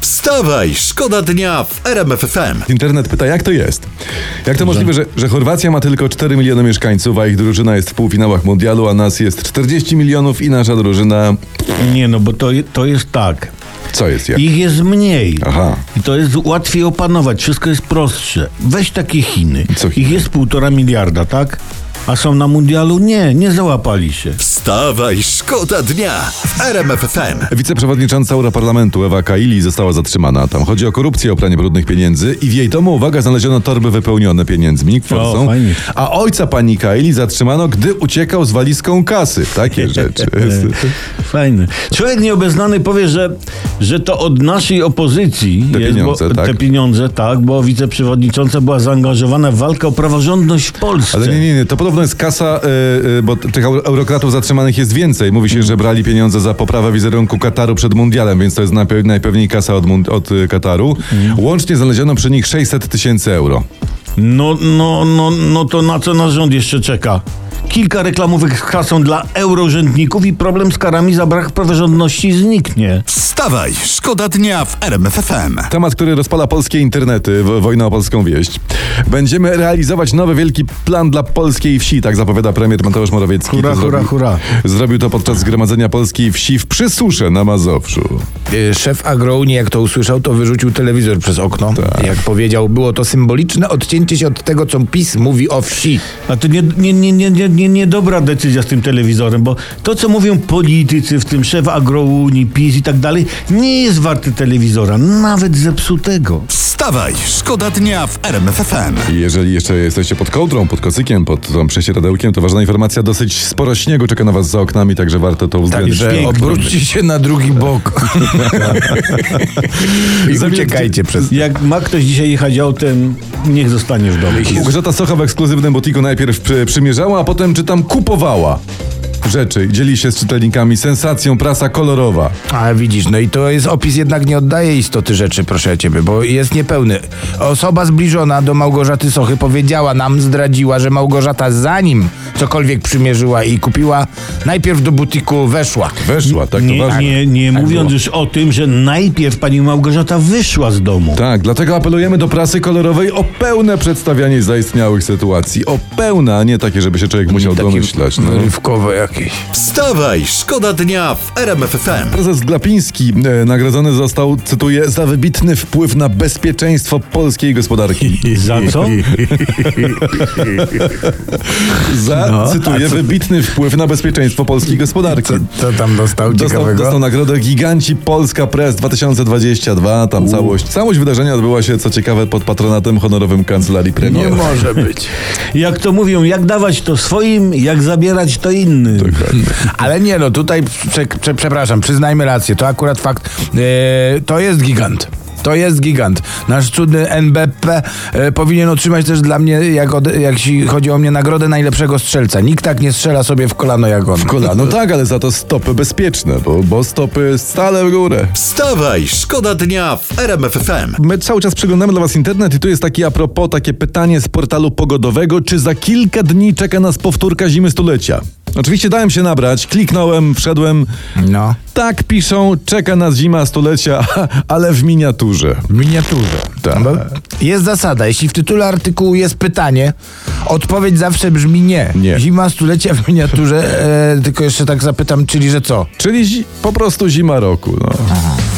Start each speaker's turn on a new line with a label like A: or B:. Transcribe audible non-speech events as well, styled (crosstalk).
A: Wstawaj, szkoda dnia w RMF FM.
B: Internet pyta, jak to jest? Jak to możliwe, że, że Chorwacja ma tylko 4 miliony mieszkańców, a ich drużyna jest w półfinałach mundialu, a nas jest 40 milionów i nasza drużyna...
C: Nie no, bo to, je- to jest tak.
B: Co jest jak?
C: Ich jest mniej.
B: Aha.
C: I to jest łatwiej opanować, wszystko jest prostsze. Weź takie Chiny.
B: Co Chiny?
C: Ich jest półtora miliarda, tak? A są na mundialu? Nie, nie
B: (laughs)
C: załapali się.
A: Wstawaj, szkoda dnia w RMF FM.
B: Wiceprzewodnicząca Europarlamentu Ewa Kaili została zatrzymana. Tam chodzi o korupcję, o pranie brudnych pieniędzy i w jej domu, uwaga, znaleziono torby wypełnione pieniędzmi, forsą.
C: fajnie.
B: A ojca pani Kaili zatrzymano, gdy uciekał z walizką kasy. Takie rzeczy.
C: Fajny. Człowiek nieobeznany powie, że, że to od naszej opozycji
B: Te
C: jest,
B: pieniądze,
C: bo,
B: tak?
C: te pieniądze, tak, bo wiceprzewodnicząca była zaangażowana w walkę o praworządność w Polsce.
B: Ale nie, nie, nie, to podobno jest kasa, y, y, bo t- tych eu- eurokratów zatrzymanych jest więcej. Mówi się, że brali pieniądze za poprawę wizerunku Kataru przed mundialem, więc to jest najpe- najpewniej kasa od, mun- od y, Kataru. Łącznie znaleziono przy nich 600 tysięcy euro.
C: No, no, no, no to na co nasz rząd jeszcze czeka? Kilka reklamówek z kasą dla eurorzędników i problem z karami za brak praworządności zniknie.
A: Wstawaj, szkoda dnia w RMF FM.
B: Temat, który rozpala polskie internety, w- wojna o polską wieść. Będziemy realizować nowy wielki plan dla polskiej wsi, tak zapowiada premier Mateusz Morawiecki.
C: Hurra,
B: To
C: hurra,
B: zrobił-
C: hurra.
B: Zrobił to podczas zgromadzenia polskiej wsi w Przysusze na Mazowszu.
D: Y, Szef agrounii, jak to usłyszał, to wyrzucił telewizor przez okno.
C: Tak.
D: Jak powiedział, było to symboliczne odcięcie się od tego, co PiS mówi o wsi.
C: A to nie, nie, nie, nie, nie, nie, niedobra decyzja z tym telewizorem, bo to, co mówią politycy, w tym szef agrounii, PiS i tak dalej, nie jest warty telewizora, nawet zepsutego.
A: Wstawaj, szkoda dnia w RMF FM.
B: Jeżeli jeszcze jesteście pod kołdrą, pod kocykiem, pod tą prześcieradełkiem, to ważna informacja, dosyć sporo śniegu czeka na was za oknami, także warto
C: Tak,
B: to uwzględnić.
D: Także
C: piękny.
D: obróćcie się na drugi
C: (laughs)
D: bok. I uciekajcie przez...
C: Jak ma ktoś dzisiaj jechać autem, niech zostanie w domu.
B: Małgorzata Socha w ekskluzywnym butiku najpierw przy- przymierzała, a potem czytam kupowała rzeczy. Dzieli się z czytelnikami sensacją, prasa kolorowa.
D: A widzisz, no i to jest opis jednak nie oddaje istoty rzeczy, proszę ciebie, bo jest niepełny. Osoba zbliżona do Małgorzaty Sochy powiedziała nam, zdradziła, że Małgorzata zanim cokolwiek przymierzyła i kupiła, najpierw do butiku weszła.
B: Weszła, tak to
C: Nie,
B: ważne.
C: nie, nie
D: Tak
C: mówiąc
D: było.
C: już o tym, że najpierw pani Małgorzata wyszła z domu.
B: Tak, dlatego apelujemy do prasy kolorowej o pełne przedstawianie zaistniałych sytuacji. O pełne, a nie takie, żeby się człowiek musiał
D: Taki
B: domyślać. No.
D: Wyrywkowe jakieś.
A: Wstawaj, szkoda dnia w RMF FM.
B: Prezes Glapiński e, nagrodzony został, cytuję, za wybitny wpływ na bezpieczeństwo polskiej
D: (laughs)
B: gospodarki.
D: Tak.
C: Za co?
B: Za, cytuję, wybitny wpływ na bezpieczeństwo polskiej gospodarki.
D: No, Co tam dostał
B: Dostał,
D: ciekawego?
B: dostał nagrodę Giganci Polska Press 2022. Tam całość, całość wydarzenia odbyła się, co ciekawe, pod patronatem honorowym kancelarii
D: Nie
B: premiera. (laughs)
D: może być.
C: Jak to mówią, jak dawać to swoim, jak zabierać to innym.
D: Ale nie no, tutaj, prze, prze, przepraszam, przyznajmy rację, to akurat fakt, e, to jest gigant. To jest gigant. Nasz cudny NBP e, powinien otrzymać też dla mnie, jak, od, jak si- chodzi o mnie, nagrodę najlepszego strzelca. Nikt tak nie strzela sobie w kolano jak on. W
B: Kolano tak, ale za to stopy bezpieczne, bo, bo stopy stale w górę.
A: Wstawaj, szkoda dnia w RMF FM.
B: My cały czas przeglądamy dla Was internet i tu jest taki a propos, takie pytanie z portalu pogodowego, czy za kilka dni czeka nas powtórka zimy stulecia? Oczywiście dałem się nabrać, kliknąłem, wszedłem.
D: No.
B: Tak piszą, czeka nas zima stulecia, (laughs) ale w miniaturze.
D: Miniaturze.
B: Tak.
D: Bo Jest zasada, jeśli w tytule artykułu jest pytanie, odpowiedź zawsze brzmi nie.
B: Nie.
D: Zima stulecia w miniaturze, e, tylko jeszcze tak zapytam, czyli że co?
B: Czyli zi- po prostu zima roku. No.